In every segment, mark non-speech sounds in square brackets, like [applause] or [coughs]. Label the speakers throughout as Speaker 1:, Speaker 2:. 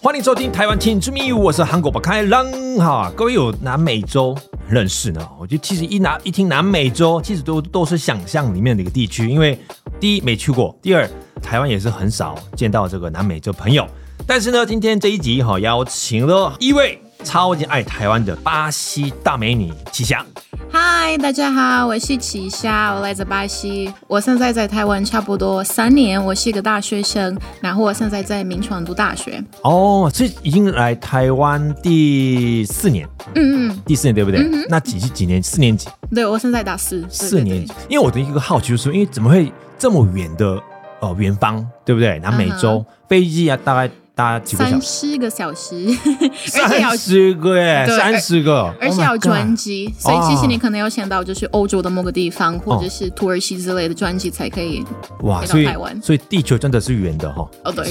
Speaker 1: 欢迎收听《台湾青之密语》，我是韩国宝开朗哈。各位有南美洲认识呢？我觉得其实一拿一听南美洲，其实都都是想象里面的一个地区，因为第一没去过，第二台湾也是很少见到这个南美洲朋友。但是呢，今天这一集哈、邀请了一位超级爱台湾的巴西大美女齐霞。
Speaker 2: 嗨，大家好，我是齐夏，我来自巴西，我现在在台湾差不多三年，我是一个大学生，然后我现在在民传读大学。
Speaker 1: 哦，这已经来台湾第四年，
Speaker 2: 嗯嗯，
Speaker 1: 第四年对不对？那几几年？四年级，
Speaker 2: 对我现在大四，对
Speaker 1: 四年
Speaker 2: 对
Speaker 1: 级。因为我的一个好奇就是说，因为怎么会这么远的呃远方，对不对？南美
Speaker 2: 嗯
Speaker 1: 洲、飞机啊，大概搭几个小
Speaker 2: 对三
Speaker 1: 时？
Speaker 2: 十个小时，而且要
Speaker 1: 三。十 Oh 个耶，
Speaker 2: 对
Speaker 1: 三十个，
Speaker 2: 而且
Speaker 1: Oh my
Speaker 2: 要
Speaker 1: God
Speaker 2: 专辑所以其
Speaker 1: 哦
Speaker 2: 实你可能要先到就是欧洲的某个地方，或
Speaker 1: 哦
Speaker 2: 者是土耳其之类的专辑才可以。
Speaker 1: 哇，
Speaker 2: 飞到
Speaker 1: 所以
Speaker 2: 台湾
Speaker 1: 所以地球真的是圆的
Speaker 2: [laughs]
Speaker 1: 哈。
Speaker 2: 哦，对，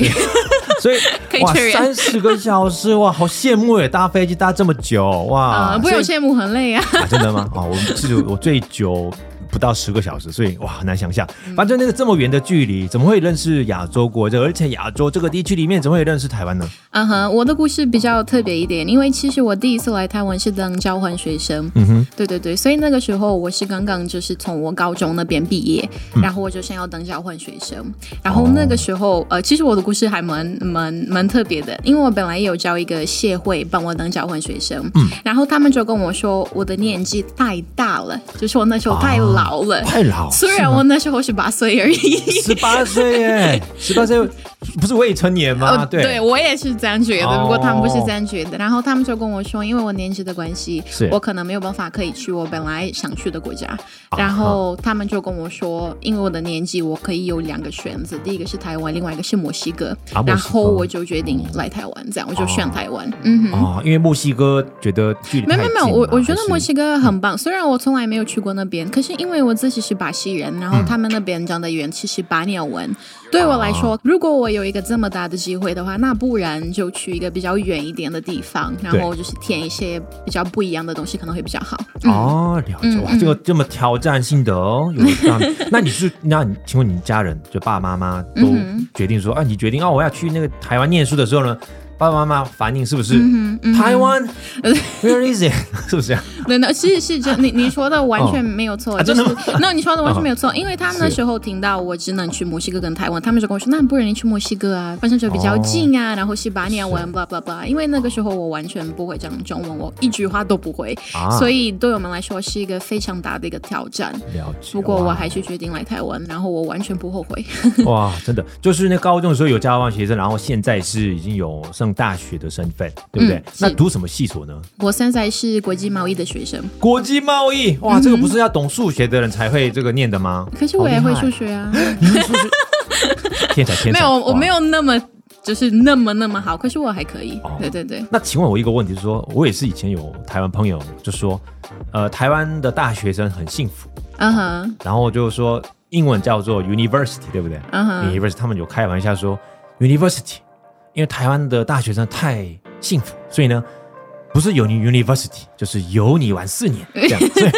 Speaker 1: 所以
Speaker 2: 可以
Speaker 1: 哇，
Speaker 2: 确认
Speaker 1: 三十个小时哇，好羡慕耶！搭飞机搭这么久哇，
Speaker 2: 啊，不
Speaker 1: 所
Speaker 2: 有
Speaker 1: 以
Speaker 2: 羡慕很累啊。
Speaker 1: 啊，真的吗？啊，我记
Speaker 2: [laughs]
Speaker 1: 住我最久不到十个小时，所以哇，很难想象。
Speaker 2: 嗯
Speaker 1: 反正那个这么远的距离，怎么会认识亚洲国家？而且亚洲这个地区里面，怎么会认识台湾呢？
Speaker 2: 嗯哼，我的故事比较特别一点，因为其实我第一次来台湾是当交换学生。
Speaker 1: 嗯哼，
Speaker 2: 对对对，所以那个时候我是刚刚就是从我高中那边毕业，
Speaker 1: 嗯
Speaker 2: 然后我就想要当交换学生。然后那个时候，
Speaker 1: 哦
Speaker 2: 呃，其实我的故事还蛮蛮蛮特别的，因为我本来有交一个协会帮我当交换学生，
Speaker 1: 嗯
Speaker 2: 然后他们就跟我说我的年纪太大了，就是我那时候太
Speaker 1: 哦
Speaker 2: 老了。
Speaker 1: 太老，
Speaker 2: 虽然我那时候十八岁而已，
Speaker 1: 十八岁耶， [laughs] 十八岁不是未成年吗？
Speaker 2: 哦，
Speaker 1: 对，
Speaker 2: 我也是这样觉得，不过他们不是
Speaker 1: 哦
Speaker 2: 这样觉得。然后他们就跟我说，因为我年纪的关系
Speaker 1: 是，
Speaker 2: 我可能没有办法可以去我本来想去的国家。
Speaker 1: 啊
Speaker 2: 然后他们就跟我说，因为我的年纪，我可以有两个选择，第一个是台湾，另外一个是墨西哥。
Speaker 1: 啊墨西哥
Speaker 2: 然后我就决定来台湾，这样我就选台湾。嗯哼。
Speaker 1: 哦，因为墨西哥觉得距离
Speaker 2: 没有
Speaker 1: 太
Speaker 2: 没有没有，
Speaker 1: 近
Speaker 2: 我
Speaker 1: 了
Speaker 2: 我觉得
Speaker 1: 还是
Speaker 2: 墨西哥很棒，虽然我从来没有去过那边，可是因为我自己是巴西人，然后
Speaker 1: 嗯
Speaker 2: 他们那边讲的语言其实巴鸟文，对我来
Speaker 1: 哦
Speaker 2: 说，如果我有一个这么大的机会的话，那不然就去一个比较远一点的地方，然后就是填一些比较不一样的东西，可能会比较好。嗯、
Speaker 1: 哦，了解
Speaker 2: 嗯
Speaker 1: 哇，这个这么挑战性的哦，有这
Speaker 2: [laughs]
Speaker 1: 样。那你是那你请问你家人就爸爸妈妈都
Speaker 2: 嗯
Speaker 1: 决定说、啊，你决定哦，我要去那个台湾念书的时候呢，爸爸妈妈反应是不是、
Speaker 2: 嗯哼嗯哼
Speaker 1: 台
Speaker 2: [laughs]
Speaker 1: 湾 Where is it？是不是这样？
Speaker 2: 对那是是真，你你说的完全没有错，
Speaker 1: 啊
Speaker 2: 就
Speaker 1: 真的
Speaker 2: 是
Speaker 1: 吗嗯
Speaker 2: 那、你说的完全没有错，因为他们那
Speaker 1: 是
Speaker 2: 时候听到我只能去墨西哥跟台湾，他们就跟我说，那不然你去墨西哥啊，反正就比
Speaker 1: 哦
Speaker 2: 较近啊，然后西班牙文，blah blah blah。因为那个时候我完全不会讲中文，我一句话都不会，
Speaker 1: 啊
Speaker 2: 所以对我们来说是一个非常大的一个挑战。
Speaker 1: 了解。
Speaker 2: 不过我
Speaker 1: 哇
Speaker 2: 还是决定来台湾，然后我完全不后悔。 [laughs]
Speaker 1: 哇，真的就是那高中的时候有交换学生，然后现在是已经有上大学的身份，对不对？
Speaker 2: 嗯
Speaker 1: 那
Speaker 2: 是
Speaker 1: 读什么系所呢？
Speaker 2: 我现在是国际贸易的学生，
Speaker 1: 国际贸易哇，这个不是要懂数学的人才会这个念的吗？
Speaker 2: 可是我也
Speaker 1: 好
Speaker 2: 会
Speaker 1: 厉害
Speaker 2: 数学啊。 [laughs]
Speaker 1: 你会数学天才天才，
Speaker 2: 没有，我
Speaker 1: [laughs] 哇
Speaker 2: 没。有那么就是那么那么好，可是我还可以。
Speaker 1: 哦
Speaker 2: 对对对。
Speaker 1: 那请问我一个问题，就是说我也是以前有台湾朋友就说，呃，台湾的大学生很幸福，
Speaker 2: 嗯哼，
Speaker 1: 然后就说英文叫做 university，对不对、
Speaker 2: 嗯哼，
Speaker 1: university 他们有开玩笑说 university，因为台湾的大学生太幸福，所以呢，不是有你 university，就是有你玩四
Speaker 2: [laughs]
Speaker 1: 年这样。所以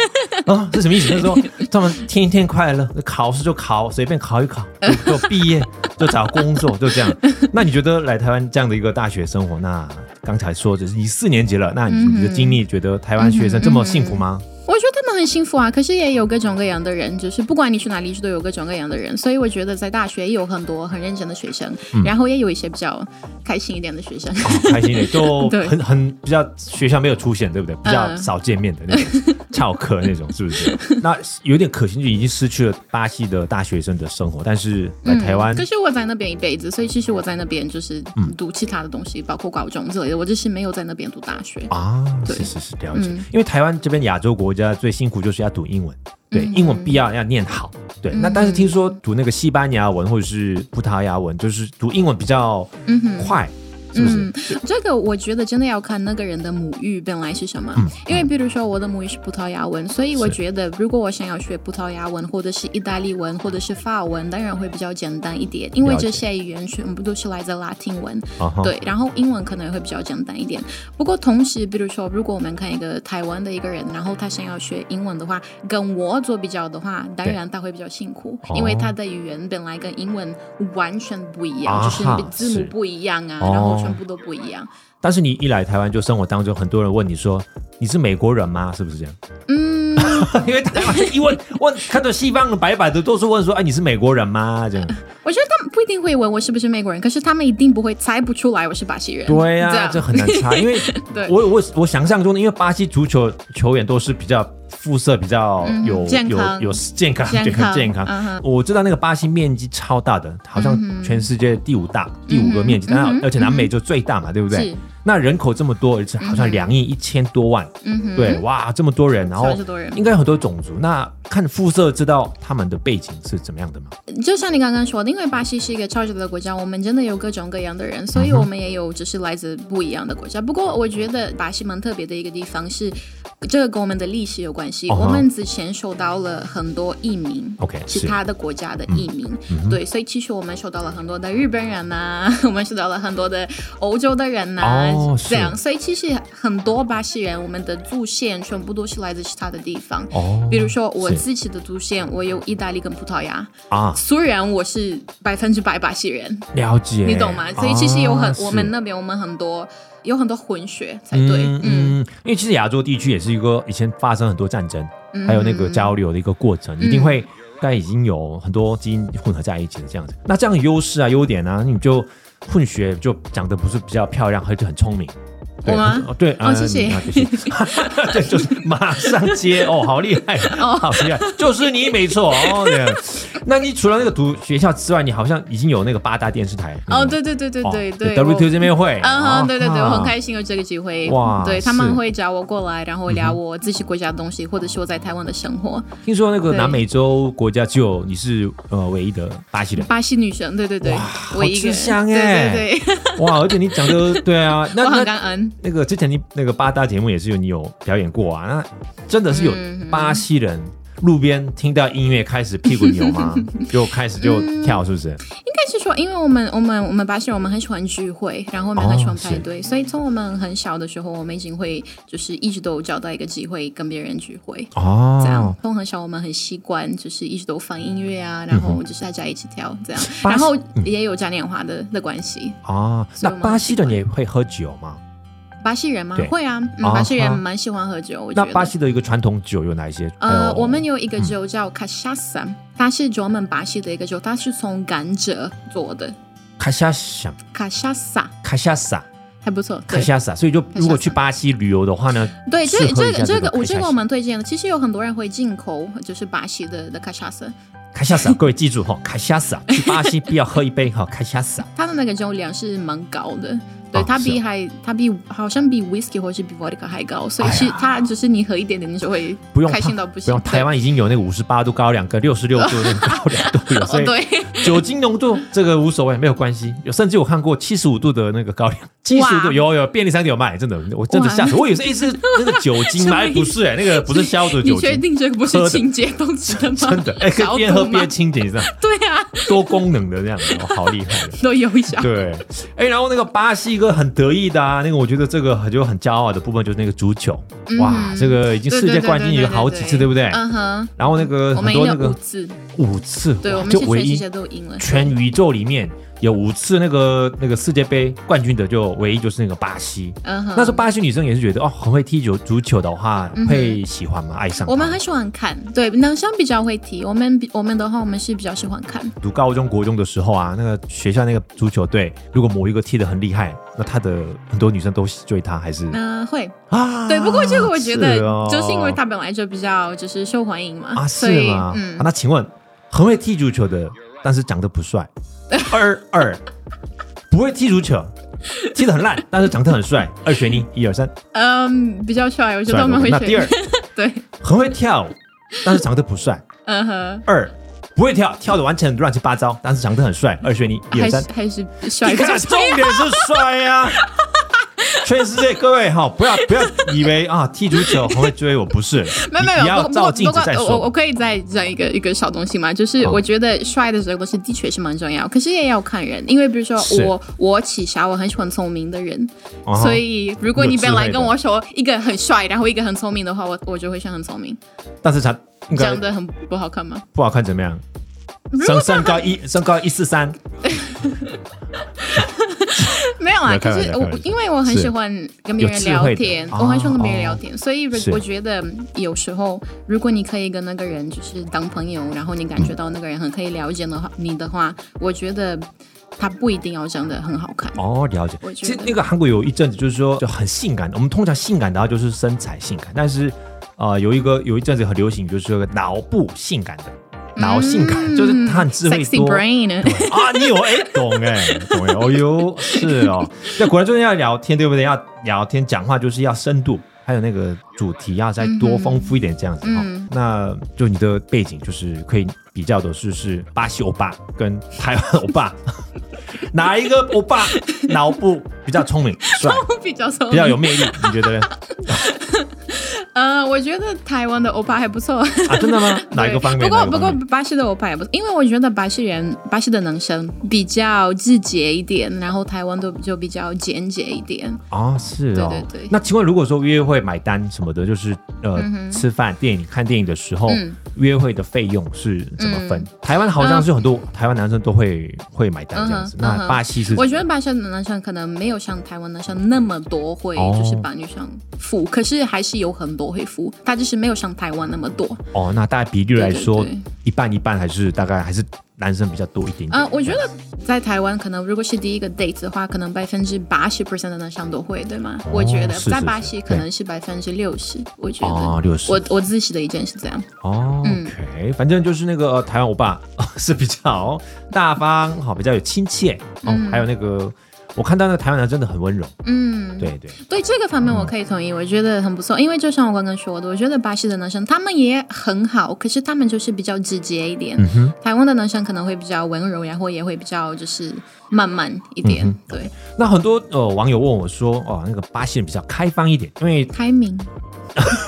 Speaker 1: 啊，这什么意思？就是说他们天天快乐，考试就考，随便考一
Speaker 2: [laughs]
Speaker 1: 考，就就毕业，就找工作，就这样。那你觉得来台湾这样的一个大学生活，那刚才说就是你四年级了，那你
Speaker 2: 嗯
Speaker 1: 你的经历，觉得台湾学生这么幸福吗？
Speaker 2: 我觉得他们很幸福啊，可是也有各种各样的人，就是不管你去哪里，都有各种各样的人。所以我觉得在大学也有很多很认真的学生，
Speaker 1: 嗯
Speaker 2: 然后也有一些比较开心一点的学生。
Speaker 1: 哦开心
Speaker 2: [laughs]
Speaker 1: 的，就
Speaker 2: 对
Speaker 1: 很很比较学校没有出现，对不对？比较
Speaker 2: 嗯
Speaker 1: 少见面的那种翘课那种，是不是？
Speaker 2: [laughs]
Speaker 1: 那有点可惜，就已经失去了巴西的大学生的生活，但是来嗯台湾
Speaker 2: 嗯
Speaker 1: 嗯
Speaker 2: 可是我在那边一辈子，所以其实我在那边就是读其他的东西，包括高中之类的。我只是没有在那边读大学。
Speaker 1: 啊，
Speaker 2: 对嗯
Speaker 1: 是是是，了解。因为台湾这边亚洲国家最辛苦就是要读英文，对，
Speaker 2: 嗯
Speaker 1: 英文必要要念好，对。那但是听说读那个西班牙文或者是葡萄牙文，就是读英文比较
Speaker 2: 嗯
Speaker 1: 快，是不是？
Speaker 2: 这个我觉得真的要看那个人的母语本来是什么，因为比如说我的母语是葡萄牙文，所以我
Speaker 1: 嗯是
Speaker 2: 觉得如果我想要学葡萄牙文或者是意大利文或者是法文，当然会比较简单一点，因为
Speaker 1: 了解
Speaker 2: 这些语言全部都是来自拉丁文，
Speaker 1: 啊哈，
Speaker 2: 对，然后英文可能也会比较简单一点。不过同时，比如说，如果我们看一个台湾的一个人，然后他想要学英文的话，跟我做比较的话，当
Speaker 1: 对
Speaker 2: 然他会比较辛苦，
Speaker 1: 哦
Speaker 2: 因为他的语言本来跟英文完全不一样，
Speaker 1: 啊
Speaker 2: 就是
Speaker 1: 哈
Speaker 2: 字母
Speaker 1: 是
Speaker 2: 不一样啊，
Speaker 1: 哦
Speaker 2: 然后全全部都不一样。
Speaker 1: 但是你一来台湾就生活当中，很多人问你说你是美国人吗？是不是这样？
Speaker 2: 嗯，
Speaker 1: 因为 [laughs] 台湾一问问看到西方的白白的，都是问说哎你是美国人吗？这样。
Speaker 2: 我觉得他们不一定会问我是不是美国人，可是他们一定不会猜不出来我是巴西人。
Speaker 1: [laughs] 对
Speaker 2: 这
Speaker 1: 啊，
Speaker 2: 样
Speaker 1: 这很难猜，因 [laughs] 为
Speaker 2: 对
Speaker 1: 我我我想象中的，因为巴西足球球员都是比较肤色比较
Speaker 2: 嗯
Speaker 1: 有、
Speaker 2: 健
Speaker 1: 有
Speaker 2: 康
Speaker 1: 有健康
Speaker 2: 健
Speaker 1: 健
Speaker 2: 康
Speaker 1: 康健康。
Speaker 2: 嗯哼
Speaker 1: 我知道那个巴西面积超大的，好像全世界第五大、第五个面积，
Speaker 2: 嗯哼
Speaker 1: 然后
Speaker 2: 嗯哼
Speaker 1: 而且南美洲最大嘛，对不对
Speaker 2: 是？
Speaker 1: 那人口这么多，而且好像两亿一千多万，
Speaker 2: 嗯哼，
Speaker 1: 对，哇，这么多人，然后
Speaker 2: 三十多人
Speaker 1: 应该有很多种族。那看肤色知道他们的背景是怎么样的吗？
Speaker 2: 就像你刚刚说的，因为巴西是一个超级大的国家，我们真的有各种各样的人，所以我们也有就是来自不一样的国家。不过我觉得巴西蛮特别的一个地方是，
Speaker 1: 嗯
Speaker 2: 这个跟我们的历史有关系。
Speaker 1: 哦哈
Speaker 2: 我们之前受到了很多移民
Speaker 1: OK，嗯
Speaker 2: 其
Speaker 1: 是
Speaker 2: 他的国家的移民，对，所以其实我们受到了很多的日本人呐、 [laughs] 我们受到了很多的欧洲的人呐、啊
Speaker 1: 哦是
Speaker 2: 这样，所以其实很多巴西人，我们的祖先全部都是来自其他的地方。
Speaker 1: 哦，
Speaker 2: 比如说我
Speaker 1: 是
Speaker 2: 自己的祖先，我有意大利跟葡萄牙，
Speaker 1: 啊，
Speaker 2: 虽然我是百分之百巴西人，
Speaker 1: 了解，
Speaker 2: 你懂吗？所以其实有很、
Speaker 1: 啊
Speaker 2: 我
Speaker 1: 是
Speaker 2: 们那边我们很多有很多混血才对，嗯，
Speaker 1: 嗯，因为其实亚洲地区也是一个以前发生很多战争，
Speaker 2: 嗯
Speaker 1: 还有那个交流的一个过程，一定会大概已经有很多基因混合在一起的这样子。那这样的优势啊、优点啊，你就混血就长得不是比较漂亮，而且很聪明。对
Speaker 2: 我吗
Speaker 1: 哦对，
Speaker 2: 哦
Speaker 1: 嗯
Speaker 2: 谢谢
Speaker 1: 你啊谢 [laughs] 谢对，
Speaker 2: [laughs]
Speaker 1: 就是马上接哦，好厉害，好厉害，就是你没错哦。对那你除了那个读学校之外，你好像已经有那个八大电视台
Speaker 2: 哦，对对对对对对我
Speaker 1: w t 这边会，
Speaker 2: 嗯
Speaker 1: 啊
Speaker 2: 哼，对对对，我很
Speaker 1: 啊
Speaker 2: 开心有这个机会。
Speaker 1: 哇
Speaker 2: 对他们
Speaker 1: 是
Speaker 2: 会找我过来，然后聊我自己国家的东西，或者是我在台湾的生活。
Speaker 1: 听说那个
Speaker 2: 对，
Speaker 1: 南美洲国家只有你是呃唯一的巴西人
Speaker 2: 巴西女神，对对对，我一个
Speaker 1: 好吃香
Speaker 2: 对
Speaker 1: 哎
Speaker 2: 对对，
Speaker 1: 哇！而且你讲
Speaker 2: [laughs]
Speaker 1: 的对啊，那
Speaker 2: 我很
Speaker 1: 那
Speaker 2: 感恩。
Speaker 1: 那个之前你那个八大节目也是有你有表演过啊，那真的是有
Speaker 2: 嗯
Speaker 1: 巴西人。路边听到音乐开始屁股扭
Speaker 2: [laughs]
Speaker 1: 吗？就开始就跳，是不是？
Speaker 2: 应该是说，因为我们我们我们巴西人，我们很喜欢聚会，然后我们很喜欢
Speaker 1: 哦
Speaker 2: 派对，所以从我们很小的时候，我们已经会就是一直都有找到一个机会跟别人聚会。这样
Speaker 1: 哦，，嗯
Speaker 2: 从很小我们很习惯，就是一直都放音乐啊，然后就是大家一起跳这样，
Speaker 1: 巴西嗯
Speaker 2: 然后也有嘉年华的的关系。
Speaker 1: 哦，那
Speaker 2: 所以我们
Speaker 1: 巴西人也会喝酒吗？
Speaker 2: 巴西人吗
Speaker 1: 对？
Speaker 2: 会啊，嗯，
Speaker 1: 啊
Speaker 2: 巴西人
Speaker 1: 哈
Speaker 2: 蛮喜欢喝酒，我觉
Speaker 1: 那
Speaker 2: 得。
Speaker 1: 巴西的一哎嗯个传统酒有哪一些？还
Speaker 2: 呃，
Speaker 1: 有
Speaker 2: 我们有一个酒叫 cachaça，、它是专门巴西的一个酒，它是从甘蔗做的。
Speaker 1: 卡夏想
Speaker 2: cachaça
Speaker 1: 卡夏萨
Speaker 2: 还不错，
Speaker 1: 卡
Speaker 2: 对。
Speaker 1: 夏萨，啊所以就如果去巴西旅游的话呢，
Speaker 2: 对，这
Speaker 1: 适合
Speaker 2: 这
Speaker 1: 一
Speaker 2: 个
Speaker 1: 下
Speaker 2: 这
Speaker 1: 这
Speaker 2: 个
Speaker 1: 个
Speaker 2: 我这个
Speaker 1: cachaça
Speaker 2: 我蛮推荐的。其实有很多人会进口，就是巴西的的 cachaça，
Speaker 1: 卡夏啊 [laughs] 萨，各位记住哈，卡夏萨啊去巴西必要喝一杯哈，卡夏萨。
Speaker 2: 它的那个酒量是蛮高的。对，
Speaker 1: 哦
Speaker 2: 它比
Speaker 1: 是
Speaker 2: 还它比好像比 whisky 或是比 vodka 还高，所以
Speaker 1: 哎呀
Speaker 2: 是它就是你喝一点点，你就会
Speaker 1: 不用
Speaker 2: 开心
Speaker 1: 怕
Speaker 2: 到不
Speaker 1: 不
Speaker 2: 行。
Speaker 1: 用，台湾已经有那个五十八度高粱跟六十六度
Speaker 2: [laughs]
Speaker 1: 那个高粱都有，所
Speaker 2: 哦对
Speaker 1: 以
Speaker 2: 对，
Speaker 1: 酒精浓度这个无所谓，没有关系。有甚至我看过七十五度的那个高粱，七十五度有有便利商店有卖，真的，我真的吓死。我以为是哎是那个酒精
Speaker 2: [laughs] 什么
Speaker 1: 吗？哎
Speaker 2: 意思
Speaker 1: 不是哎，那个不是消毒
Speaker 2: 你
Speaker 1: 酒
Speaker 2: 确
Speaker 1: 精，
Speaker 2: 定这个
Speaker 1: 喝
Speaker 2: 不是
Speaker 1: 的
Speaker 2: 清洁动词的吗？
Speaker 1: 真的哎，可
Speaker 2: 消
Speaker 1: 以边喝
Speaker 2: 毒吗
Speaker 1: 边清洁，你知道
Speaker 2: [laughs] 对啊，
Speaker 1: 多功能的这样子，哦好厉害的。
Speaker 2: 都有一 [laughs] 下。
Speaker 1: 对，哎，然后那个巴西一个很得意的啊，那个我觉得这个很就很骄傲的部分就是那个足球，哇，这个已经世界冠军有好几次，对不对？
Speaker 2: 嗯哼，
Speaker 1: 然后那个
Speaker 2: 我
Speaker 1: 很
Speaker 2: 们赢
Speaker 1: 多那
Speaker 2: 了五
Speaker 1: 个
Speaker 2: 次，
Speaker 1: 五次，
Speaker 2: 对，
Speaker 1: 哇
Speaker 2: 我们
Speaker 1: 就是唯
Speaker 2: 全世
Speaker 1: 一
Speaker 2: 界都赢了。
Speaker 1: 全宇宙里面有五次那个那个世界杯冠军的，就唯一就是那个巴西。
Speaker 2: 嗯哼，
Speaker 1: 那时候巴西女生也是觉得哦，很会踢球，足球的话会喜欢吗？爱上它
Speaker 2: 我们很喜欢看，对，男生比较会踢，我们比我们的话，我们是比较喜欢看。
Speaker 1: 读高中国中的时候啊，那个学校那个足球队，如果某一个踢得很厉害，那他的很多女生都追他，还是
Speaker 2: 嗯、会，
Speaker 1: 啊，
Speaker 2: 对。不过这个我觉得
Speaker 1: 是哦，
Speaker 2: 就是因为他本来就比较就是受欢迎嘛，
Speaker 1: 啊，
Speaker 2: 所
Speaker 1: 是
Speaker 2: 以
Speaker 1: 吗？
Speaker 2: 嗯
Speaker 1: 啊，，那请问很会踢足球的，但是长得不
Speaker 2: [laughs]
Speaker 1: 帅，二二不会踢足球，踢得很烂，但是长得很帅，二选一，一二三，
Speaker 2: 嗯，比较帅，我觉
Speaker 1: 帅
Speaker 2: 得我们会
Speaker 1: 那
Speaker 2: 选
Speaker 1: 第二
Speaker 2: [laughs] 对，
Speaker 1: 很会跳舞，但是长得不帅，
Speaker 2: 嗯哼，
Speaker 1: 二不会跳，跳的完全乱七八糟，但是长得很帅，二选一，一
Speaker 2: 还
Speaker 1: 二
Speaker 2: 是
Speaker 1: 三，
Speaker 2: 还是帅
Speaker 1: 你
Speaker 2: 比
Speaker 1: 看 [laughs]
Speaker 2: 较
Speaker 1: 重点是帅呀、
Speaker 2: [laughs]
Speaker 1: 全世界各位哈、不要不要以为啊踢足球很会追我，不是，
Speaker 2: 没有没
Speaker 1: 你
Speaker 2: 有，
Speaker 1: 你要
Speaker 2: 不
Speaker 1: 照
Speaker 2: 过
Speaker 1: 镜
Speaker 2: 不
Speaker 1: 子
Speaker 2: 过
Speaker 1: 再
Speaker 2: 我我
Speaker 1: 说。
Speaker 2: 可以再讲一个一个小东西嘛，就是
Speaker 1: 好
Speaker 2: 我觉得帅的这个东西的确是蛮重要，可是也要看人，因为比如说
Speaker 1: 是
Speaker 2: 我我起啥，我很喜欢聪明的人，
Speaker 1: 啊哈
Speaker 2: 所以如果你
Speaker 1: 有智慧
Speaker 2: 本
Speaker 1: 的
Speaker 2: 来跟我说一个很帅，然后一个很聪明的话，我我就会选很聪明，
Speaker 1: 但是长应
Speaker 2: 这
Speaker 1: 该
Speaker 2: 样的很不好看吗？
Speaker 1: 不好看怎么样？
Speaker 2: 如
Speaker 1: 身
Speaker 2: 果
Speaker 1: 身高一身高一四三，
Speaker 2: 没有，有
Speaker 3: 开
Speaker 2: 啊，可
Speaker 3: 玩
Speaker 2: 是
Speaker 3: 笑
Speaker 2: 我
Speaker 3: 开玩笑
Speaker 2: 因为我很喜欢跟别人聊
Speaker 1: 有智
Speaker 2: 天
Speaker 1: 慧，的
Speaker 2: 我很喜欢跟别
Speaker 1: 哦
Speaker 2: 人聊天，所以
Speaker 1: 是
Speaker 2: 我觉得有时候如果你可以跟那个人就是当朋友，然后你感觉到那个人很可以了解的话，你的话，我觉得他不一定要长得很好看。
Speaker 1: 哦，了解
Speaker 2: 我。
Speaker 1: 其
Speaker 2: 觉得
Speaker 1: 实那个韩国有一阵子就是说就很性感的，我们通常性感的话就是身材性感，但是呃有一个有一阵子很流行就是说脑部性感的，脑性感、
Speaker 2: 嗯
Speaker 1: 就是他很智慧
Speaker 2: sexy
Speaker 1: 多。
Speaker 2: brain， [laughs]
Speaker 1: 啊，你有哎、懂哎、懂哎、哦哟，是哦，那果然就是要聊天，对不对？要聊天讲话就是要深度，还有那个主题要再多丰富一点，这样子哈、
Speaker 2: 嗯
Speaker 1: 那就你的背景就是可以比较的是是巴西欧巴跟台湾欧巴， [laughs] 哪一个欧巴脑部比较聪明、帅、
Speaker 2: 比较聪
Speaker 1: 比较有
Speaker 2: 明。
Speaker 1: 魅力？你觉得呢？
Speaker 2: 呃，我觉得台湾的欧巴还不错。
Speaker 1: 啊，真的吗？哪一个方面？
Speaker 2: 对不过
Speaker 1: 哪一个
Speaker 2: 不过
Speaker 1: 方面
Speaker 2: 巴西的欧巴也不错，因为我觉得巴西人巴西的男生比较自节一点，然后台湾都就比较简洁一点。
Speaker 1: 哦，是哦。
Speaker 2: 对对对
Speaker 1: 那请问，如果说约会买单什么的，就是呃，吃饭、电影、看电影的时候，
Speaker 2: 嗯
Speaker 1: 约会的费用是怎么分？台湾好像是很多、台湾男生都会会买单这样子，
Speaker 2: 嗯嗯哼嗯
Speaker 1: 那
Speaker 2: 哼
Speaker 1: 巴西是
Speaker 2: 我觉得巴西的男生可能没有像台湾男生那么多会
Speaker 1: 哦
Speaker 2: 就是把女生付，可是还是有很多会付，他就是没有像台湾那么多。
Speaker 1: 哦，那大概比率来说，
Speaker 2: 对对对
Speaker 1: 一半一半，还是大概还是男生比较多一点点。
Speaker 2: 呃，我觉得在台湾可能如果是第一个 date 的话，可能百分之八十 percent 的男生都会，对吗？我觉得
Speaker 1: 哦是是
Speaker 2: 在
Speaker 1: 是
Speaker 2: 巴西可能是百分之六十，我觉得。
Speaker 1: 哦60
Speaker 2: 嗯我我自己的意见是这样。
Speaker 1: 哦
Speaker 2: 嗯
Speaker 1: OK，反正就是那个、呃台湾欧巴、是比较大方，好、比较有亲切哦，
Speaker 2: 嗯
Speaker 1: 还有那个我看到那个台湾男真的很温柔，
Speaker 2: 嗯，
Speaker 1: 对对。
Speaker 2: 对这个方
Speaker 1: 嗯
Speaker 2: 面我可以同意，我觉得很不错。因为就像我刚刚说的，我觉得巴西的男生他们也很好，可是他们就是比较直接一点。
Speaker 1: 嗯哼
Speaker 2: 台湾的男生可能会比较温柔，然后也会比较就是慢慢一点，
Speaker 1: 嗯
Speaker 2: 对，
Speaker 1: 那很多呃网友问我说，哦，那个巴西人比较开放一点，因为
Speaker 2: 开明。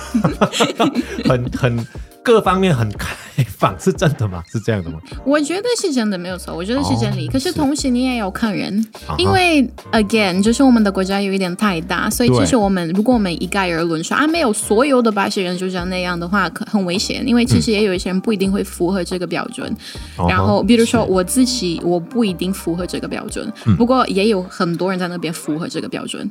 Speaker 1: [laughs] 很很各方面很开放，是真的吗？是这样的吗？
Speaker 2: 我觉得是真的没有错，我觉得是真理。
Speaker 1: 哦
Speaker 2: 可是
Speaker 1: 是
Speaker 2: 同时你也要看人，
Speaker 1: 啊哈
Speaker 2: 因为 again 就是我们的国家有一点太大，所以
Speaker 1: 对
Speaker 2: 其实我们如果我们一概而论说啊，没有所有的巴西人就像那样的话，可很危险，因为
Speaker 1: 嗯
Speaker 2: 其实也有一些人不一定会符合这个标准。
Speaker 1: 哦
Speaker 2: 然后比如说我自己，我不一定符合这个标准，
Speaker 1: 嗯
Speaker 2: 不过也有很多人在那边符合这个标准。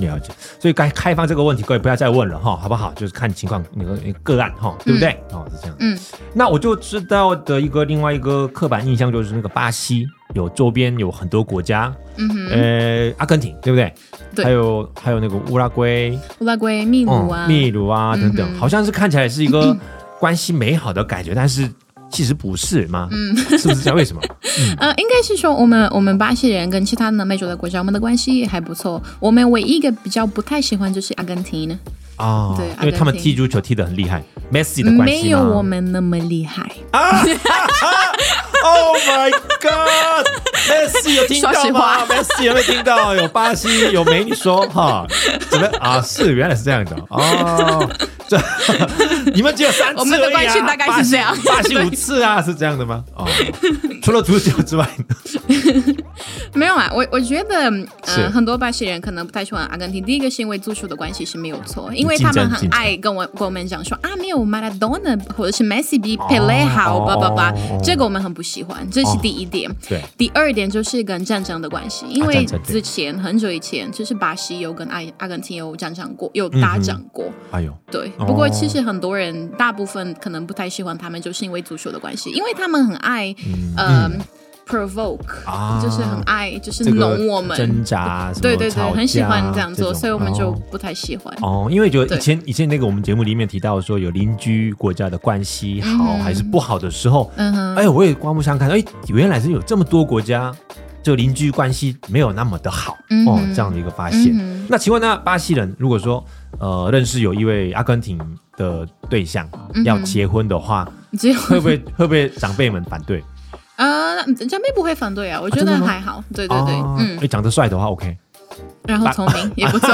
Speaker 1: 嗯，了解。所以该开放这个问题，各位不要再问了哈，好不好？就是看情况那个个案哈，对不对？哦，是这样。
Speaker 2: 嗯，
Speaker 1: 那我就知道的一个另外一个刻板印象就是那个巴西有周边有很多国家，嗯哼，呃，阿根廷对不对？
Speaker 2: 对
Speaker 1: 还有还有那个乌拉圭，
Speaker 2: 乌拉圭、秘鲁啊，嗯
Speaker 1: 嗯、秘鲁啊等等，好像是看起来是一个 [coughs] 关系美好的感觉，但是其实不是吗？嗯，是不是这样？为什
Speaker 2: [laughs]
Speaker 1: 么？
Speaker 2: 呃，应该是说我们我们巴西人跟其他南美洲的国家，我们的关系还不错。我们唯一一个比较不太喜欢就是阿根廷，
Speaker 1: 啊、
Speaker 2: 对
Speaker 1: 因为他
Speaker 2: 阿根
Speaker 1: 们
Speaker 2: 廷
Speaker 1: 踢足球踢得很厉害，Messi 的关系吗啊
Speaker 2: 没有我们那么厉害。
Speaker 1: [laughs] Oh my God！Messi 有听
Speaker 2: 说
Speaker 1: 到
Speaker 2: 实
Speaker 1: 吗
Speaker 2: 话
Speaker 1: ？Messi 有没有听到？有巴西有美女说哈，怎么啊？是原来是这样的哦。 [laughs] 这你们只有三次而已啊、
Speaker 2: 我们的关系大概是这样
Speaker 1: 巴西巴西五次啊，是这样的吗？哦，除了足球之外，
Speaker 2: 没有啊，我我觉得，嗯
Speaker 1: 是
Speaker 2: 呃，很多巴西人可能不太喜欢阿根廷。第一个是因为足球的关系是没有错，因为
Speaker 1: 竞
Speaker 2: 他
Speaker 1: 争
Speaker 2: 们很
Speaker 1: 竞争
Speaker 2: 爱跟我跟我们讲说啊，没有 Maradona 或者是 Messi 比 Pele 好，
Speaker 1: 哦
Speaker 2: 叭叭叭
Speaker 1: 哦，
Speaker 2: 这个我们很不喜欢，这是
Speaker 1: 哦
Speaker 2: 第一点。
Speaker 1: 对，
Speaker 2: 第二点就是跟战争的关系，因为
Speaker 1: 战争对
Speaker 2: 之前很久以前，就是巴西有跟阿阿根廷有战场过，有
Speaker 1: 嗯
Speaker 2: 打仗过。
Speaker 1: 哎呦，
Speaker 2: 对，
Speaker 1: 哦
Speaker 2: 不过其实很多人，大部分可能不太喜欢他们，就是因为足球的关系，因为他们很爱，呃、provoke，、
Speaker 1: 嗯啊
Speaker 2: 就是很爱，就是
Speaker 1: 这个
Speaker 2: 弄我们。
Speaker 1: 挣扎，什么
Speaker 2: 对对
Speaker 1: 吵
Speaker 2: 对，很喜欢
Speaker 1: 架
Speaker 2: 这样做，
Speaker 1: 种
Speaker 2: 所以我们就
Speaker 1: 哦
Speaker 2: 不太喜欢。
Speaker 1: 哦，因为就以
Speaker 2: 对
Speaker 1: 前以前那个我们节目里面提到说有邻居国家的关系好还是不好的时候，
Speaker 2: 嗯哼，
Speaker 1: 哎，我也刮目相看，哎，原来是有这么多国家就邻居关系没有那么的好
Speaker 2: 嗯
Speaker 1: 哦
Speaker 2: 哼，
Speaker 1: 这样的一个发现
Speaker 2: 嗯哼。
Speaker 1: 那请问呢，巴西人如果说呃认识有一位阿根廷的对象
Speaker 2: 嗯
Speaker 1: 要结婚的话，
Speaker 2: 只有
Speaker 1: 会不会会不会长辈们反对？
Speaker 2: 呃，长辈不会反对啊，我觉
Speaker 1: 真的
Speaker 2: 得
Speaker 1: 吗
Speaker 2: 还好。对对对，
Speaker 1: 哦
Speaker 2: 嗯，
Speaker 1: 哎，长得帅的话 OK，
Speaker 2: 然后聪明也不错。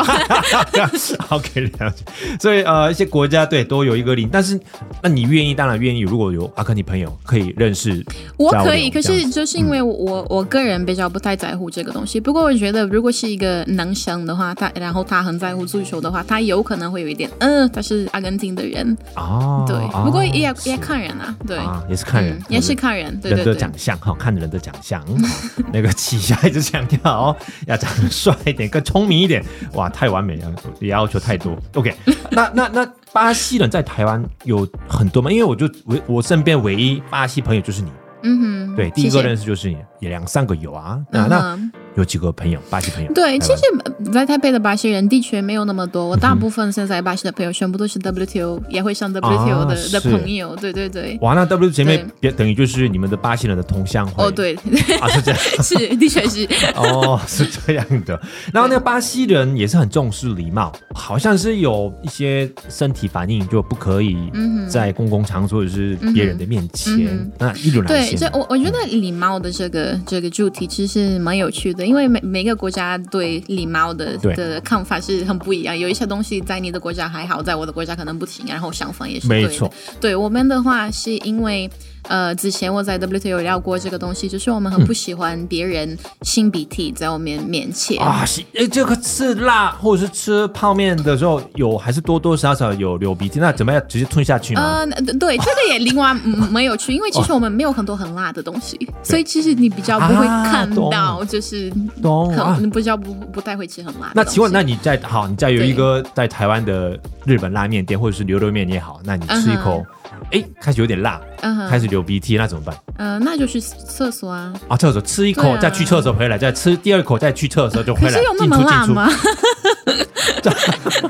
Speaker 1: OK，了解。所以呃，一些国家对都有一个零，但是那你愿意，当然愿意。如果有阿克尼朋友可以认识
Speaker 2: 我
Speaker 1: 交流，
Speaker 2: 可以，可
Speaker 1: 这
Speaker 2: 是
Speaker 1: 样嗯
Speaker 2: 就是因为我、我我个人比较不太在乎这个东西。不过我觉得，如果是一个男生的话，他然后他很在乎足球的话，他有可能会有一点，嗯，他是阿根廷的人，
Speaker 1: 哦，
Speaker 2: 对。
Speaker 1: 哦
Speaker 2: 不过也
Speaker 1: 是
Speaker 2: 也看人啊，对，
Speaker 1: 啊，也是看人
Speaker 2: 嗯，，也是看人，对
Speaker 1: 人的
Speaker 2: 对对
Speaker 1: 长。相哈，看人的长相。好 [laughs] 那个旗下一直强调哦，要长得帅一点，更聪明一点。哇，太完美了，也要求太
Speaker 2: [laughs]
Speaker 1: 多。OK，那那那巴西人在台湾有很多吗？因为我就我我身边唯一巴西朋友就是你，
Speaker 2: 嗯哼，
Speaker 1: 对，第一
Speaker 2: 谢
Speaker 1: 个
Speaker 2: 谢
Speaker 1: 认识就是你，也两三个有啊。那
Speaker 2: 嗯
Speaker 1: 那
Speaker 2: 哼
Speaker 1: 有几个朋友，巴西朋友？
Speaker 2: 对，
Speaker 1: 台
Speaker 2: 其
Speaker 1: 湾
Speaker 2: 实呃在台北的巴西人的确没有那么多，我
Speaker 1: 嗯
Speaker 2: 大部分现在巴西的朋友全部都是 WTO，也会上 WTO
Speaker 1: 啊
Speaker 2: 的、
Speaker 1: 是
Speaker 2: 的朋友，对对对，
Speaker 1: 哇，那 W 姐妹
Speaker 2: 对
Speaker 1: 别等于就是你们的巴西人的同乡会
Speaker 2: 哦对， [laughs]
Speaker 1: 啊，是这样
Speaker 2: 是的确是，
Speaker 1: [laughs] 哦，是这样的。然后那个巴西人也是很重视礼貌，好像是有一些身体反应就不可以
Speaker 2: 嗯哼
Speaker 1: 在公共场所或者是别人的面前。
Speaker 2: 嗯
Speaker 1: 那一轮来先嗯
Speaker 2: 对，这我我觉得礼貌的这个这个主题其实蛮有趣的，因为每每个国家对礼貌的
Speaker 1: 对
Speaker 2: 的看法是很不一样，有一些东西在你的国家还好，在我的国家可能不行，然后相反也是
Speaker 1: 没
Speaker 2: 对的
Speaker 1: 错。
Speaker 2: 对我们的话，是因为呃，之前我在 WTO 有聊过这个东西，就是我们很不喜欢别人擤鼻涕在我们面前。
Speaker 1: 啊，是诶，这个吃辣或者是吃泡面的时候有还是多多少少有流鼻涕，那怎么样直接吞下去吗？哦
Speaker 2: 呃，对对，这个也另外嗯蛮有趣，因为其实我们没有很多很辣的东西，所以其实你比较不会
Speaker 1: 啊
Speaker 2: 看
Speaker 1: 懂
Speaker 2: 到，就是
Speaker 1: 懂啊
Speaker 2: 很，你比较不不太会吃很辣的东西。
Speaker 1: 那请问，那你在好，你在有一个在台湾的日本拉面店或者是牛肉面也好，那你吃一口，诶，开始有点辣，
Speaker 2: 嗯哼
Speaker 1: 开始流鼻涕，那怎么办？
Speaker 2: 呃，那就去厕所啊。
Speaker 1: 啊，厕所吃一口，
Speaker 2: 对啊
Speaker 1: 再去厕所回来，再吃第二口，再去厕所就回
Speaker 2: 可
Speaker 1: 来，
Speaker 2: 是有那
Speaker 1: 进
Speaker 2: 么
Speaker 1: 出
Speaker 2: 辣
Speaker 1: 进出。
Speaker 2: 吗？ [laughs]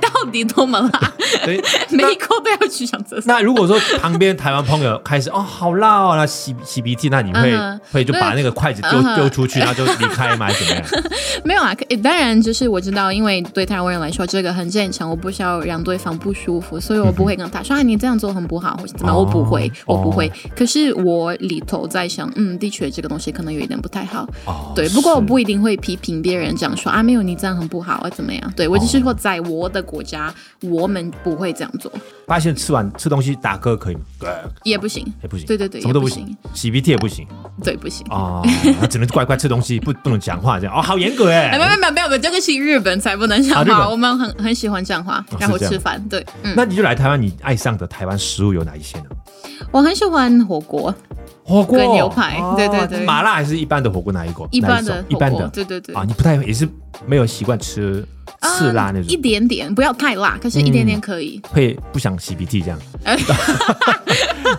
Speaker 2: 到底多么
Speaker 1: [laughs]
Speaker 2: 辣？
Speaker 1: 对，
Speaker 2: 每一口都要去上厕所。
Speaker 1: 那如果说旁边台湾朋友开始哦，好辣哦，那吸吸鼻涕，那你会、
Speaker 2: 嗯哼
Speaker 1: 会就把那个筷子丢、
Speaker 2: 嗯哼
Speaker 1: 丢出去，然后就离开吗？还是怎么样？
Speaker 2: [laughs] 没有啊，可当然就是我知道，因为对台湾人来说这个很正常，我不需要让对方不舒服，所以我不会跟他说、啊你这样做很不好或是怎么样，
Speaker 1: 哦
Speaker 2: 我不会，
Speaker 1: 哦
Speaker 2: 我不会。可是我里头在想，嗯，的确这个东西可能有一点不太好，
Speaker 1: 哦，
Speaker 2: 对。不过我
Speaker 1: 是
Speaker 2: 不一定会批评别人这样说啊，没有你这样很不好啊，怎么样？
Speaker 1: 哦
Speaker 2: 对我只是说在我的国家，我们不会这样做，
Speaker 1: 发现吃完吃东西打嗝可以吗？哎
Speaker 2: 也不行，
Speaker 1: 也不行，
Speaker 2: 对对对，
Speaker 1: 什么都
Speaker 2: 也
Speaker 1: 不
Speaker 2: 不
Speaker 1: 行，，洗鼻涕也不行
Speaker 2: 对，不行。
Speaker 1: 哦，那只能乖乖吃东西，不不能讲话这样哦，好严格
Speaker 2: 哎，
Speaker 1: 哎
Speaker 2: 没。有没有没有没有，这个是日本才不能
Speaker 1: 啊
Speaker 2: 讲
Speaker 1: 日
Speaker 2: 话，
Speaker 1: 本
Speaker 2: 我们很很喜欢讲话
Speaker 1: 哦，
Speaker 2: 然后
Speaker 1: 是这样
Speaker 2: 吃饭。对，嗯，
Speaker 1: 那你就来台湾，你爱上的台湾食物有哪一些呢？
Speaker 2: 我很喜欢火锅，
Speaker 1: 火锅、哦
Speaker 2: 跟牛排对对对
Speaker 1: 麻辣还是一般的火锅哪一锅？
Speaker 2: 一般的
Speaker 1: 哪
Speaker 2: 火
Speaker 1: 种
Speaker 2: 锅
Speaker 1: 一般的，
Speaker 2: 对对对
Speaker 1: 啊，你不太也是没有习惯吃刺辣那
Speaker 2: 嗯一
Speaker 1: 种，嗯
Speaker 2: 点点，不要太辣，可是一点点可以。
Speaker 1: 会不想洗鼻涕这样。
Speaker 2: 哎
Speaker 1: [laughs]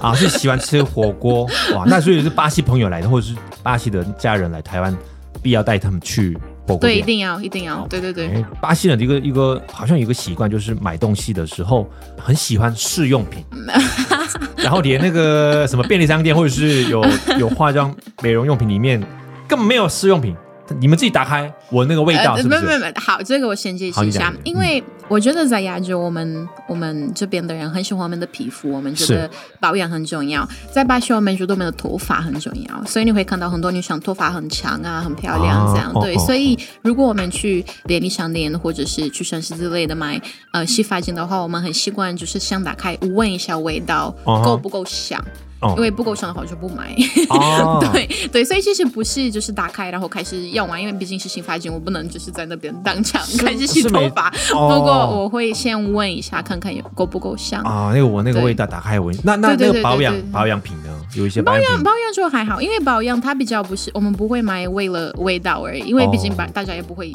Speaker 1: 啊，是喜欢吃火锅哇，那所以是巴西朋友来的，或者是巴西的家人来台湾，必要带他们去火锅
Speaker 2: 对，一
Speaker 1: 店。
Speaker 2: 定要，一定要，对对对，
Speaker 1: 哎巴西人的一个一个好像有一个习惯，就是买东西的时候很喜欢试用
Speaker 2: [laughs]
Speaker 1: 品，然后连那个什么便利商店或者是有 [laughs] 有化妆美容用品里面根本没有试用品，你们自己打开闻那个味道
Speaker 2: 呃
Speaker 1: 是不
Speaker 2: 没有没有
Speaker 1: 是？
Speaker 2: 没有，好，这个我衔接
Speaker 1: 好
Speaker 2: 一
Speaker 1: 你讲
Speaker 2: 下
Speaker 1: 你，讲嗯
Speaker 2: 因为我觉得在亚洲，我们我们这边的人很喜欢我们的皮肤，我们觉得
Speaker 1: 是
Speaker 2: 保养很重要。在巴西，我们觉得我们的头发很重要，所以你会看到很多女生头发很长啊，很漂亮这样。
Speaker 1: 哦
Speaker 2: 对，
Speaker 1: 哦
Speaker 2: 所以如果我们去便利商店或者是去绅士之类的买呃洗发精的话，我们很习惯就是先打开闻一下味道
Speaker 1: 哦
Speaker 2: 够不够香，
Speaker 1: 哦
Speaker 2: 因为不够香的话我就不买。
Speaker 1: 哦，
Speaker 2: [laughs] 对对，所以其实不是就是打开然后开始用完，因为毕竟是新发型，我不能就是在那边当场开始洗
Speaker 1: 是
Speaker 2: 头
Speaker 1: 没
Speaker 2: 发。
Speaker 1: 哦
Speaker 2: 不过我会先问一下，看看有够不够香。
Speaker 1: 啊，那个闻那个
Speaker 2: 对
Speaker 1: 味道，打开闻，那那
Speaker 2: 对对
Speaker 1: 那
Speaker 2: 对
Speaker 1: 个保养
Speaker 2: 对对
Speaker 1: 保养品呢？有一些保养
Speaker 2: 保
Speaker 1: 品
Speaker 2: 养就还好，因为保养它比较不是，我们不会买为了味道而已，因为毕竟把、
Speaker 1: 哦
Speaker 2: 大家也不会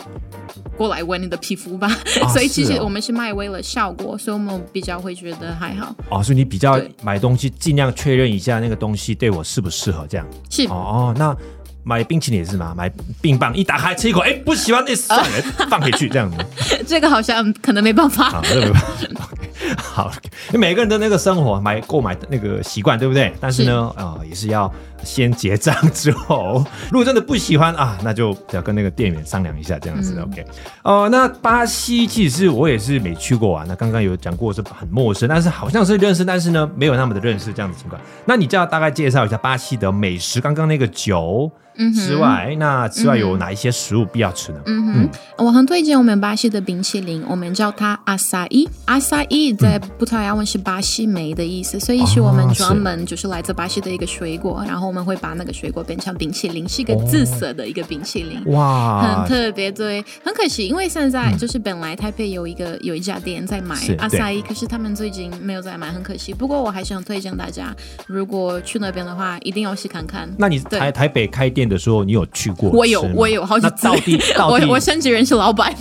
Speaker 2: 过来闻你的皮肤吧，
Speaker 1: 啊
Speaker 2: 所以其
Speaker 1: 是
Speaker 2: 实
Speaker 1: 哦
Speaker 2: 我们是卖为了效果，所以我们比较会觉得还好，
Speaker 1: 哦，所以你比较
Speaker 2: 对
Speaker 1: 买东西尽量确认一下那个东西对我适不适合这样。
Speaker 2: 是、
Speaker 1: 哦哦，那买冰淇淋也是嘛，买冰棒一打开吃一口，哎，不喜欢那算了，放回去这样子。
Speaker 2: [laughs] 这个好像可能没办法。
Speaker 1: 啊，这没办法。 [laughs] 好，每个人的那个生活买购买的那个习惯，对不对？但是呢，啊、也是要先结账之后，如果真的不喜欢啊，那就要跟那个店员商量一下，这样子、
Speaker 2: 嗯
Speaker 1: OK。呃，那巴西其实我也是没去过啊。那刚刚有讲过是很陌生，但是好像是认识，但是呢没有那么的认识这样的情况。那你就要大概介绍一下巴西的美食，刚刚那个酒，
Speaker 2: 嗯哼
Speaker 1: 之外，那之外
Speaker 2: 嗯哼
Speaker 1: 有哪一些食物必要吃呢？
Speaker 2: 嗯哼，我很推荐我们巴西的冰淇淋，我们叫它阿萨伊。阿萨伊在葡萄牙文是巴西梅的意思，所以是我们
Speaker 1: 嗯哦
Speaker 2: 专门就是来自巴西的一个水果，然后我们会把那个水果变成冰淇淋，是一个
Speaker 1: 哦
Speaker 2: 紫色的一个冰淇淋。
Speaker 1: 哇嗯
Speaker 2: 很，特别，对，很可惜，因为现在就是本来台北有一个有一家店在买
Speaker 1: 是
Speaker 2: 阿
Speaker 1: 对
Speaker 2: 萨伊，可是他们最近没有在买，很可惜。不过我还是很推荐大家，如果去那边的话，一定要去看看。
Speaker 1: 那你
Speaker 2: 对
Speaker 1: 台台北开店的时候，你有去过吃吗？
Speaker 2: 我有，啊我有好几
Speaker 1: 那
Speaker 2: 次
Speaker 1: 到底，到
Speaker 2: [laughs] 我
Speaker 1: 底
Speaker 2: 我升级人是老板，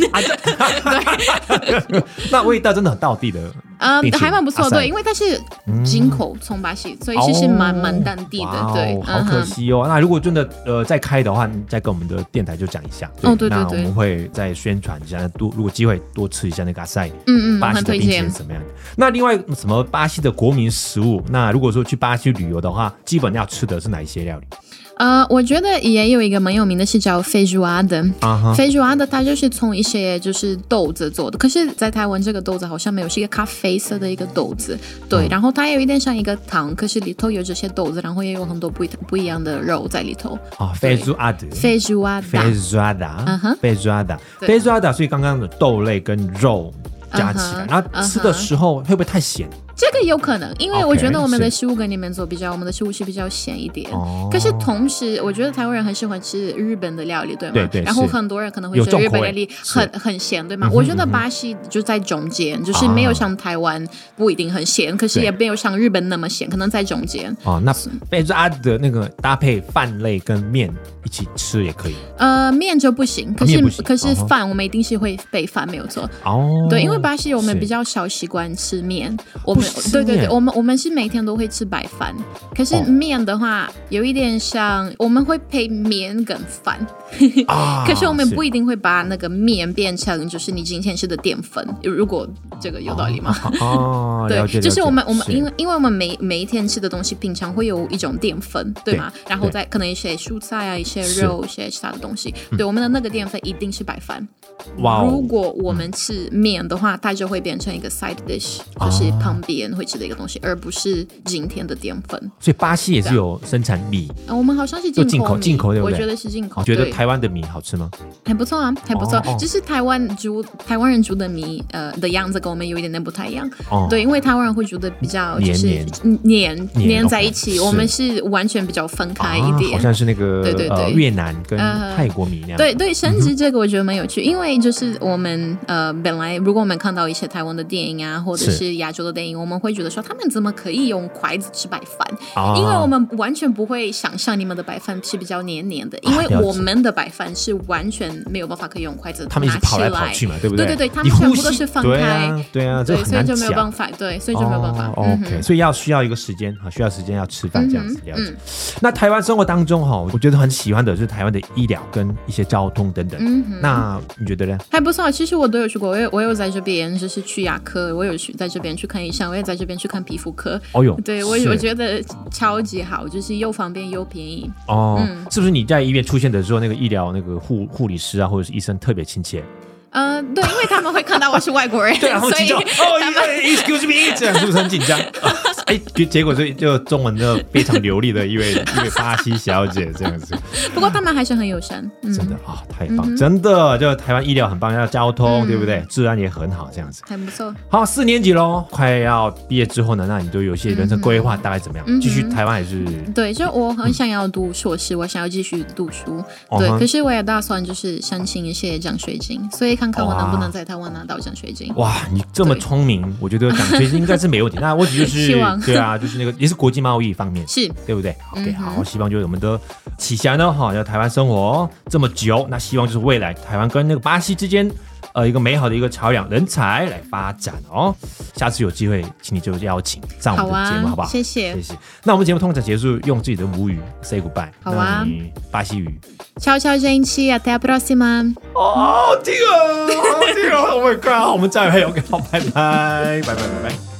Speaker 1: [laughs] 那味道真的很到地的，
Speaker 2: 嗯
Speaker 1: 冰，淇淋
Speaker 2: 还蛮不错，
Speaker 1: 阿萨
Speaker 2: 对，
Speaker 1: 伊
Speaker 2: 因为它是进口从巴西，所以其实蛮蛮当地的
Speaker 1: 哇，哦
Speaker 2: 对，
Speaker 1: 好
Speaker 2: 嗯
Speaker 1: 可
Speaker 2: 哼，
Speaker 1: 惜哦。那如果真的呃再开的话，你再跟我们的电台就讲一下。
Speaker 2: 哦对对
Speaker 1: 那我
Speaker 2: 对
Speaker 1: 们会再宣传一下，多如果机会多吃一下那个阿塞。
Speaker 2: 嗯嗯，
Speaker 1: 巴西
Speaker 2: 很
Speaker 1: 的
Speaker 2: 推
Speaker 1: 冰淇淋
Speaker 2: 荐
Speaker 1: 是。怎么样的？那另外什么巴西的国民食物？那如果说去巴西旅游的话，基本要吃的是哪一些料理？
Speaker 2: 呃，我觉得也有一个蛮有名的是叫 f e j o a d a
Speaker 1: 啊哈，
Speaker 2: 非主要的它就是从一些就是豆子做的，可是，在台湾这个豆子好像没有，是一个咖啡色的一个豆子，
Speaker 1: 嗯
Speaker 2: 对，然后它有一点像一个糖，可是里头有这些豆子，然后也有很多不一不一样的肉在里头。
Speaker 1: 啊，非洲阿德。
Speaker 2: 非主要的，嗯哼对
Speaker 1: feijoada，feijoada，feijoada，所以刚刚的豆类跟肉加起来，
Speaker 2: 嗯哼嗯
Speaker 1: 然后吃的时候会不会太咸？
Speaker 2: 这个有可能，因为
Speaker 1: OK，
Speaker 2: 我觉得我们的
Speaker 1: 是
Speaker 2: 食物跟你们做比较，我们的食物是比较咸一点。
Speaker 1: 哦
Speaker 2: 可是同时，我觉得台湾人很喜欢吃日本的料理，对吗？
Speaker 1: 对对
Speaker 2: 然后
Speaker 1: 是
Speaker 2: 很多人可能会
Speaker 1: 有
Speaker 2: 觉得
Speaker 1: 重
Speaker 2: 日本
Speaker 1: 口
Speaker 2: 料
Speaker 1: 味
Speaker 2: 理
Speaker 1: 是嗯
Speaker 2: 很很咸，对吗？我觉得巴西就在中间，就是没有像台湾不一定很咸，可是
Speaker 1: 啊对
Speaker 2: 也没有像日本那么咸，可能在中间。
Speaker 1: 哦，那贝兹阿的那个搭配饭类跟面一起吃也可以
Speaker 2: 呃，面就不行，可是
Speaker 1: 面不行
Speaker 2: 可是
Speaker 1: 哦吼
Speaker 2: 饭我们一定是会备饭，没有错。
Speaker 1: 哦。
Speaker 2: 对，因为巴西我们
Speaker 1: 是
Speaker 2: 比较少习惯吃面，我们
Speaker 1: 不吃
Speaker 2: 对对对，
Speaker 1: 面
Speaker 2: 我们我们是每天都会吃白饭，可是
Speaker 1: 哦
Speaker 2: 面的话有一点像我们会配面跟饭，
Speaker 1: 啊，
Speaker 2: 可是我们不一定会把那个面变成就是你今天吃的淀粉，如果这个有道理吗？
Speaker 1: 哦，
Speaker 2: [laughs] 对
Speaker 1: 了，解，
Speaker 2: 就是
Speaker 1: 了解
Speaker 2: 我们我们因
Speaker 1: 是
Speaker 2: 为因为我们每每一天吃的东西，平常会有一种淀粉，对吗？然后再可能一些蔬菜啊，一些
Speaker 1: 是嗯
Speaker 2: 肉，一些其他的东西。对，我们的那个淀粉一定是白饭。
Speaker 1: 哇
Speaker 2: 如
Speaker 1: 哦，
Speaker 2: 果我们吃面的话，它就会变成一个 side dish，就是
Speaker 1: 啊
Speaker 2: 旁边会吃的一个东西，而不是今天的淀粉。
Speaker 1: 所以巴西也是有生产米，
Speaker 2: 啊，我们好像是
Speaker 1: 就
Speaker 2: 进
Speaker 1: 进口
Speaker 2: 米
Speaker 1: 进口对不
Speaker 2: 我
Speaker 1: 对
Speaker 2: 觉得是进口。
Speaker 1: 你觉得
Speaker 2: 对
Speaker 1: 台湾的米好吃吗？
Speaker 2: 还不错啊，还不错
Speaker 1: 哦哦。
Speaker 2: 就是台湾煮台湾人煮的米，呃的样子跟我们有一点点不太一样。
Speaker 1: 哦，
Speaker 2: 对，因为台湾人会煮的比较就是
Speaker 1: 黏
Speaker 2: 黏
Speaker 1: 黏
Speaker 2: 黏在
Speaker 1: OK，
Speaker 2: 一起，
Speaker 1: 是
Speaker 2: 我们是完全比较分
Speaker 1: 啊，
Speaker 2: 开一
Speaker 1: 好
Speaker 2: 点。
Speaker 1: 像是那个
Speaker 2: 对对对
Speaker 1: 呃越南跟
Speaker 2: 呃
Speaker 1: 泰国米那样，
Speaker 2: 对对，升级这个我觉得蛮有趣，因为就是我们呃本来如果我们看到一些台湾的电影啊，或者
Speaker 1: 是
Speaker 2: 是亚洲的电影，我们会觉得说他们怎么可以用筷子吃白饭？
Speaker 1: 啊
Speaker 2: 因为我们完全不会想象你们的白饭是比较黏黏的，因为
Speaker 1: 啊了解
Speaker 2: 我们的白饭是完全没有办法可以用筷子
Speaker 1: 他们一直
Speaker 2: 拿
Speaker 1: 跑
Speaker 2: 起
Speaker 1: 来跑
Speaker 2: 来。
Speaker 1: 去嘛，对不
Speaker 2: 对
Speaker 1: 对
Speaker 2: 对对他
Speaker 1: 你
Speaker 2: 们全
Speaker 1: 呼
Speaker 2: 部都
Speaker 1: 吸
Speaker 2: 是放
Speaker 1: 对
Speaker 2: 开
Speaker 1: 啊，对啊，这
Speaker 2: 对，
Speaker 1: 很
Speaker 2: 所以
Speaker 1: 难
Speaker 2: 就没有
Speaker 1: 讲
Speaker 2: 办法，对，所以就没有办法。嗯
Speaker 1: 哦、OK，、所以要需要一个时间啊，需要时间要吃饭这样子了解。那台湾生活当中哈，我觉得很喜欢的是台湾的医疗跟一些交通等等。
Speaker 2: 嗯哼，
Speaker 1: 那你觉得呢？
Speaker 2: 还不错，其实我都有去过，我有我有在这边就是去牙科，我有去在这边去看医生，我也在这边去看皮肤科。
Speaker 1: 哦哟，
Speaker 2: 对我
Speaker 1: 是
Speaker 2: 我觉得超级好，就是又方便又便宜。
Speaker 1: 哦、
Speaker 2: 嗯
Speaker 1: 是不是你在医院出现的时候，那个医疗那个护护理师啊，或者是医生特别亲切？
Speaker 2: 呃，对，因为他们会看到我是外国
Speaker 1: [laughs]
Speaker 2: 人，
Speaker 1: 对啊，然后
Speaker 2: 所
Speaker 1: 紧
Speaker 2: 以 [laughs]
Speaker 1: 张哦，excuse me，这样是不是很紧张？啊哎、结结果就就中文的非常流利的一位一位巴西小姐这样子。
Speaker 2: 不过他们还是很友善。嗯，嗯
Speaker 1: 真的啊、太棒！真的，就台湾医疗很棒，要交通，对不对？治安也很好，这样子。
Speaker 2: 还不错。
Speaker 1: 好，四年级喽，快要毕业之后呢，那你就有一些人生规划，
Speaker 2: 嗯
Speaker 1: 大概怎么样？继续台湾还是
Speaker 2: 对，就我很想要读硕士，我想要继续读书。对
Speaker 1: 嗯，哼
Speaker 2: 可是我也打算就是申请一些奖学金，所以看看我能不
Speaker 1: 哇
Speaker 2: 能在台湾拿到奖学金。
Speaker 1: 哇，你这么聪明，我觉得奖学金应该是没问题。那问题就
Speaker 2: [laughs] 希
Speaker 1: 是
Speaker 2: 望，
Speaker 1: 对啊，就是那个也是国际贸易方面，
Speaker 2: 是，
Speaker 1: 对不对？OK，、
Speaker 2: 嗯哼
Speaker 1: 好，希望就是我们的启霞呢，哈，在台湾生活这么久，那希望就是未来台湾跟那个巴西之间，呃，一个美好的一个桥梁，人才来发展哦。下次有机会，请你就邀请上我
Speaker 2: 好
Speaker 1: 们的节
Speaker 2: 啊
Speaker 1: 目，，好不好？
Speaker 2: 谢谢
Speaker 1: 谢，谢。那我们节目通常结束用自己的母语 say goodbye。
Speaker 2: 好啊
Speaker 1: 那你巴西语。
Speaker 2: 悄悄 gente，até a próxima。
Speaker 1: 哦，好听啊，好听啊！Oh my god！我们加油，OK，好，拜拜，拜拜，拜拜。